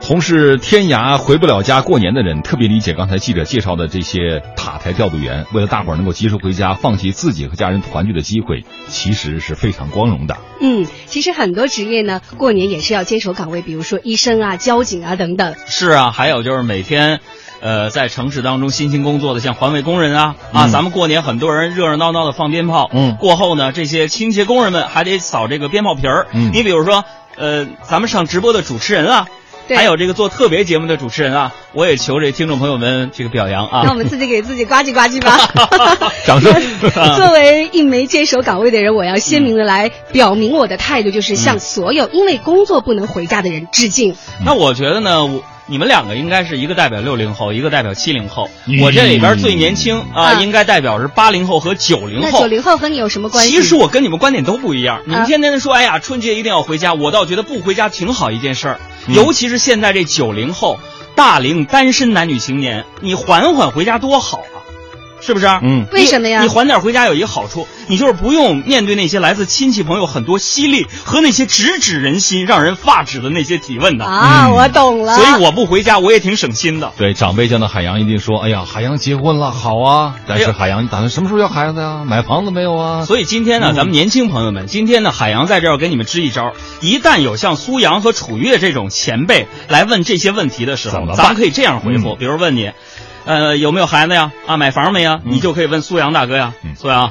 同是天涯回不了家过年的人，特别理解刚才记者介绍的这些塔台调度员，为了大伙儿能够及时回家，放弃自己和家人团聚的机会，其实是非常光荣 的。嗯，其实很多职业呢，过年也是要坚守岗位，比如说医生啊、交警啊等等。是啊，还有就是每天，呃，在城市当中辛勤工作的，像环卫工人啊，啊，嗯咱们过年很多人热热闹闹的放鞭炮，嗯过后呢，这些清洁工人们还得扫这个鞭炮皮儿，嗯你比如说，呃，咱们上直播的主持人啊。对还有这个做特别节目的主持人啊，我也求这听众朋友们这个表扬啊。让我们自己给自己呱唧呱唧 嗯吧。 掌声作为一枚坚守岗位的人，我要鲜明的来表明我的态度，就是向所有因为工作不能回家的人致敬。那我觉得呢，我你们两个应该是一个代表六零后，一个代表七零后。嗯我这里边最年轻啊，啊应该代表是八零后和九零那后九。零后和你有什么关系？啊其实我跟你们观点都不一样，你们天天说，哎呀，春节一定要回家，我倒觉得不回家挺好一件事儿。嗯尤其是现在这九零后、大龄单身男女青年，你缓缓回家多好啊，是不是？嗯为什么呀你你缓点回家有一个好处，你就是不用面对那些来自亲戚朋友很多犀利和那些直指人心、让人发指的那些提问的。啊，嗯我懂了。所以我不回家，我也挺省心的。对，长辈家的海洋一定说：“哎呀，海洋结婚了，好啊！”但哎是呀海洋，你打算什么时候要孩子呀？买房子没有啊？所以今天呢，咱们年轻朋友们，今天呢，海洋在这儿要给你们支一招：一旦有像苏阳和楚月这种前辈来问这些问题的时怎候么，办咱们可以这样回复，嗯比如问你，呃，有没有孩子呀？啊，买房没呀？嗯你就可以问苏阳大哥呀嗯，苏阳。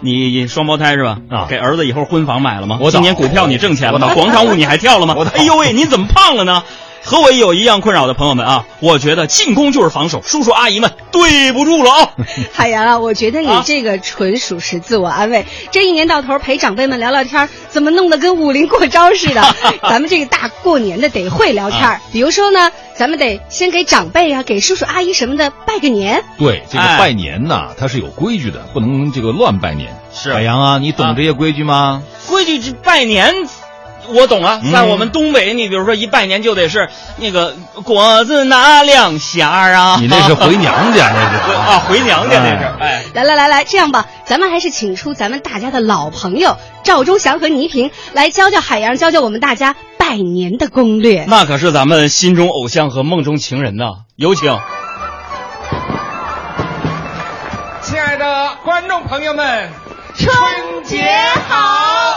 你双胞胎是吧？啊给儿子以后婚房买了吗？我今懂年股票你挣钱了吗我？懂广场舞你还跳了吗我懂？哎呦喂，您怎么胖了呢？和我也有一样困扰的朋友们啊，我觉得进攻就是防守，叔叔阿姨们对不住了啊。海洋啊，我觉得你啊这个纯属是自我安慰。这一年到头陪长辈们聊聊天儿，怎么弄得跟武林过招似的？咱们这个大过年的得会聊天儿，比如说呢，咱们得先给长辈啊、给叔叔阿姨什么的拜个年。对，这个哎拜年呐、它是有规矩的，不能这个乱拜年。是海洋啊，你懂这些规矩吗？规矩这拜年，我懂啊，嗯在我们东北，你比如说一拜年就得是那个果子拿两匣儿啊，你那是回娘家，那是 啊回娘家那是，哎，来来来来，这样吧，咱们还是请出咱们大家的老朋友赵忠祥和倪萍来教教海洋，教教我们大家拜年的攻略。那可是咱们心中偶像和梦中情人呐，有请。亲爱的观众朋友们，春节好！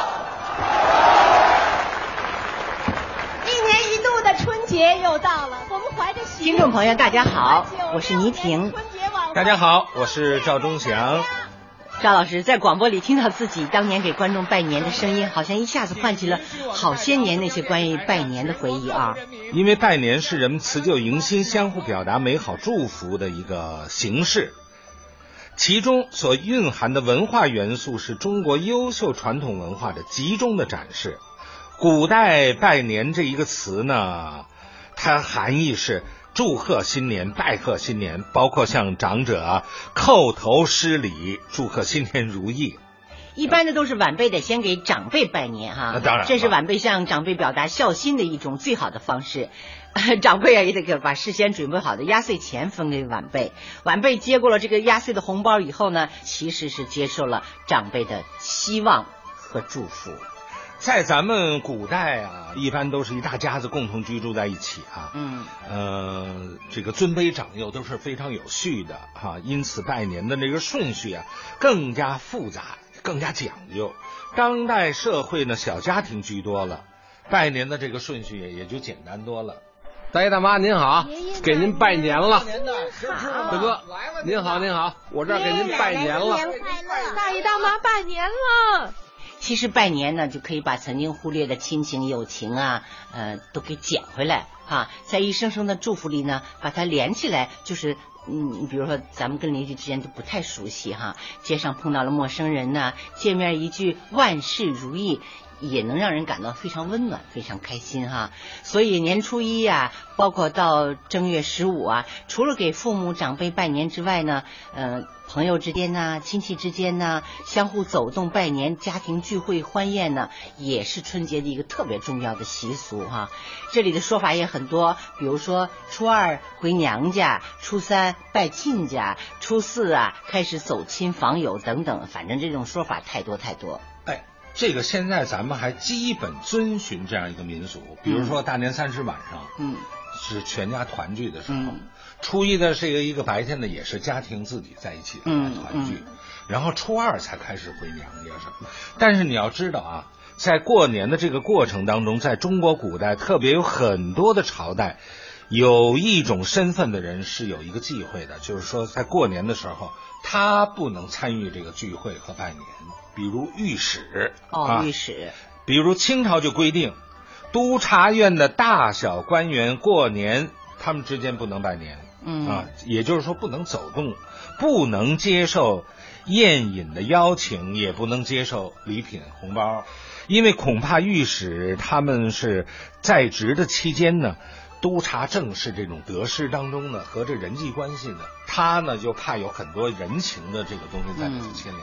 一年一度的春节又到了，我们怀着喜悦听众朋友大家好我是倪萍。春节晚会大家好，我是赵忠祥。赵老师在广播里听到自己当年给观众拜年的声音，好像一下子唤起了好些年那些关于拜年的回忆啊！因为拜年是人们辞旧迎新、相互表达美好祝福的一个形式，其中所蕴含的文化元素是中国优秀传统文化的集中的展示。古代“拜年”这一个词呢，它含义是祝贺新年、拜贺新年，包括向长者啊叩头施礼、祝贺新年如意。一般的都是晚辈得先给长辈拜年哈、啊那当然这是晚辈向长辈表达孝心的一种最好的方式。 长辈啊也得给把事先准备好的压岁钱分给晚辈，晚辈接过了这个压岁的红包以后呢，其实是接受了长辈的希望和祝福。在咱们古代啊，一般都是一大家子共同居住在一起啊。嗯，呃，这个尊卑长幼都是非常有序的哈、因此拜年的这个顺序啊更加复杂，更加讲究。当代社会呢，小家庭居多了，拜年的这个顺序也也就简单多了。大爷大妈您好爷爷奶奶，给您拜年了，好大哥您好您好，我这儿给您拜年了。快乐，大爷大妈拜年了，其实拜年呢，就可以把曾经忽略的亲情、友情啊，呃，都给捡回来啊，在一声声的祝福里呢，把它连起来，就是。嗯，比如说咱们跟邻居之间都不太熟悉哈，街上碰到了陌生人呐、见面一句万事如意，也能让人感到非常温暖、非常开心哈。所以年初一啊，包括到正月十五啊，除了给父母长辈拜年之外呢，呃，朋友之间呐、亲戚之间呐、相互走动拜年、家庭聚会欢宴呢，也是春节的一个特别重要的习俗哈、这里的说法也很多，比如说初二回娘家，初三拜亲家，初四啊开始走亲访友等等，反正这种说法太多太多。哎，这个嗯现在咱们还基本遵循这样一个民俗，比如说大年三十晚上，嗯，是全家团聚的时候。嗯初一呢是一个一个白天呢，也是家庭自己在一起的嗯团聚，然后初二才开始回娘家什么。但是你要知道啊，在过年的这个过程当中，在中国古代特别有很多的朝代，有一种身份的人是有一个忌讳的，就是说在过年的时候他不能参与这个聚会和拜年，比如御史哦啊，御史，比如清朝就规定，督察院的大小官员过年他们之间不能拜年。嗯啊，也就是说不能走动，不能接受宴饮的邀请，也不能接受礼品红包，因为恐怕御史他们是在职的期间呢。督察政事这种得失当中呢，和这人际关系呢，他呢就怕有很多人情的这个东西在里头嗯牵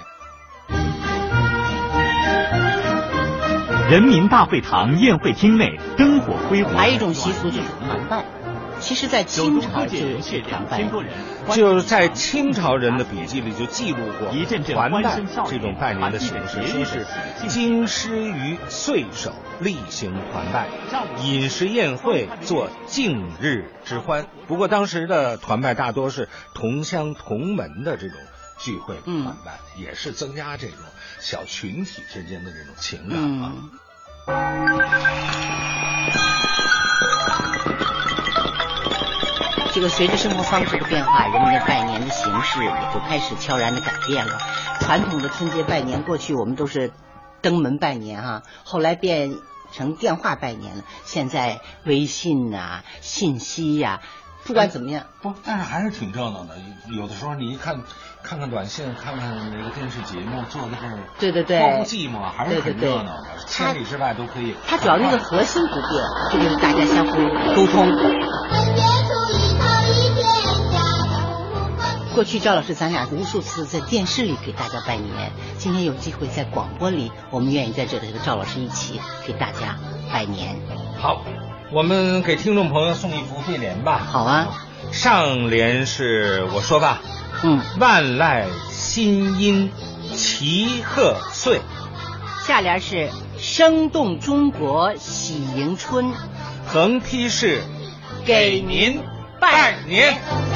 连。人民大会堂宴会厅内灯火辉煌。还有一种习俗就是团拜，其实，在清朝是是团拜。就是在清朝人的笔记里就记录过一阵阵还欢拜声笑语这种拜年的形式，说是京师于岁首例行还拜，饮食宴会做敬日之欢。不过当时的团拜大多是同乡同门的这种聚会嗯团拜，也是增加这种小群体之间的这种情感啊。嗯，这个随着生活方式的变化，人们的拜年的形式也就开始悄然的改变了。传统的春节拜年，过去我们都是登门拜年哈、后来变成电话拜年了。现在微信呐、信息呀、不管怎么样，不，但是还是挺热闹的。有有的时候你一看，看看短信，看看那个电视节目，坐在这儿，对对对包括寂寞，还是对很对对热闹的。千里之外都可以。它主要那个核心不变，这就是大家相互沟通。过去赵老师，咱俩无数次在电视里给大家拜年，今天有机会在广播里，我们愿意在这里和赵老师一起给大家拜年。好，我们给听众朋友送一幅对联吧。好啊，上联是我说吧，嗯，万籁新音齐贺岁。下联是生动中国喜迎春，横批是给您拜拜年。拜